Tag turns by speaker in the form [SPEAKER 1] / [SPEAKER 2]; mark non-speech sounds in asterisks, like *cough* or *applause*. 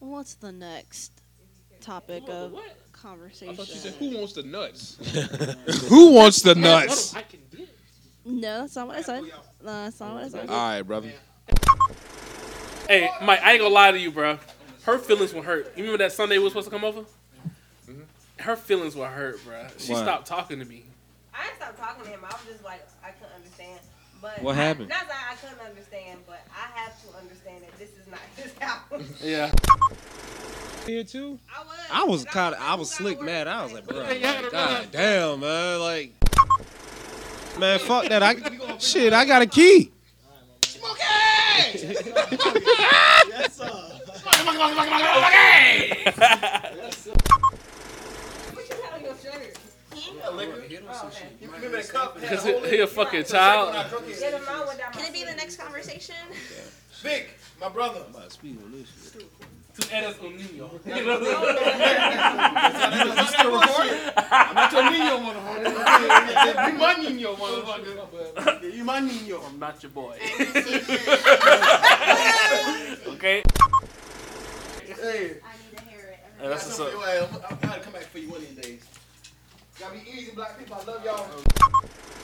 [SPEAKER 1] wants the next topic
[SPEAKER 2] Hold on,
[SPEAKER 1] of
[SPEAKER 2] what? I
[SPEAKER 1] conversation?
[SPEAKER 2] thought you said who wants the nuts?
[SPEAKER 3] Who wants the nuts?
[SPEAKER 2] I can get.
[SPEAKER 1] No, that's not what I said. No, that's not what I said.
[SPEAKER 2] Uh,
[SPEAKER 3] All right, brother.
[SPEAKER 2] Hey, Mike, I ain't gonna lie to you, bro. Her feelings were hurt. You remember that Sunday we was supposed to come over? Mm-hmm. Her feelings were hurt, bro. She
[SPEAKER 4] Why?
[SPEAKER 2] stopped talking to me.
[SPEAKER 5] I didn't stop talking to him. I was just like, I couldn't understand. But
[SPEAKER 4] What
[SPEAKER 5] I-
[SPEAKER 4] happened?
[SPEAKER 5] not that I couldn't understand, but I have to understand that this is not *laughs* his
[SPEAKER 2] *laughs*
[SPEAKER 5] house.
[SPEAKER 2] Yeah.
[SPEAKER 4] Here too.
[SPEAKER 5] I was.
[SPEAKER 4] I was
[SPEAKER 5] and
[SPEAKER 4] kind of, I was
[SPEAKER 5] I
[SPEAKER 4] slick
[SPEAKER 5] worried.
[SPEAKER 4] mad. I was like, bro,
[SPEAKER 2] Yeah, yeah,
[SPEAKER 4] like,
[SPEAKER 2] yeah.
[SPEAKER 4] god damn, man, like, man, fuck that. I shit, I got a key.
[SPEAKER 5] What you got on your shirt? Oh,
[SPEAKER 2] Because he, he a fucking child.
[SPEAKER 5] Yeah, the mine went down my
[SPEAKER 6] Can it be the
[SPEAKER 5] sleeve.
[SPEAKER 6] next conversation?
[SPEAKER 7] Vic, my brother. I'm still recording. I'm not your Nino motherfucker. You my Nino motherfucker. You my Nino.
[SPEAKER 2] I'm not your boy. *laughs* okay.
[SPEAKER 6] I
[SPEAKER 7] Hey,
[SPEAKER 6] need to hear it.
[SPEAKER 2] And
[SPEAKER 7] I
[SPEAKER 2] that's what's
[SPEAKER 7] know
[SPEAKER 2] up.
[SPEAKER 7] for your ass. I'm I'm gonna come back for you one of these days. Y'all be easy, black people. I love y'all.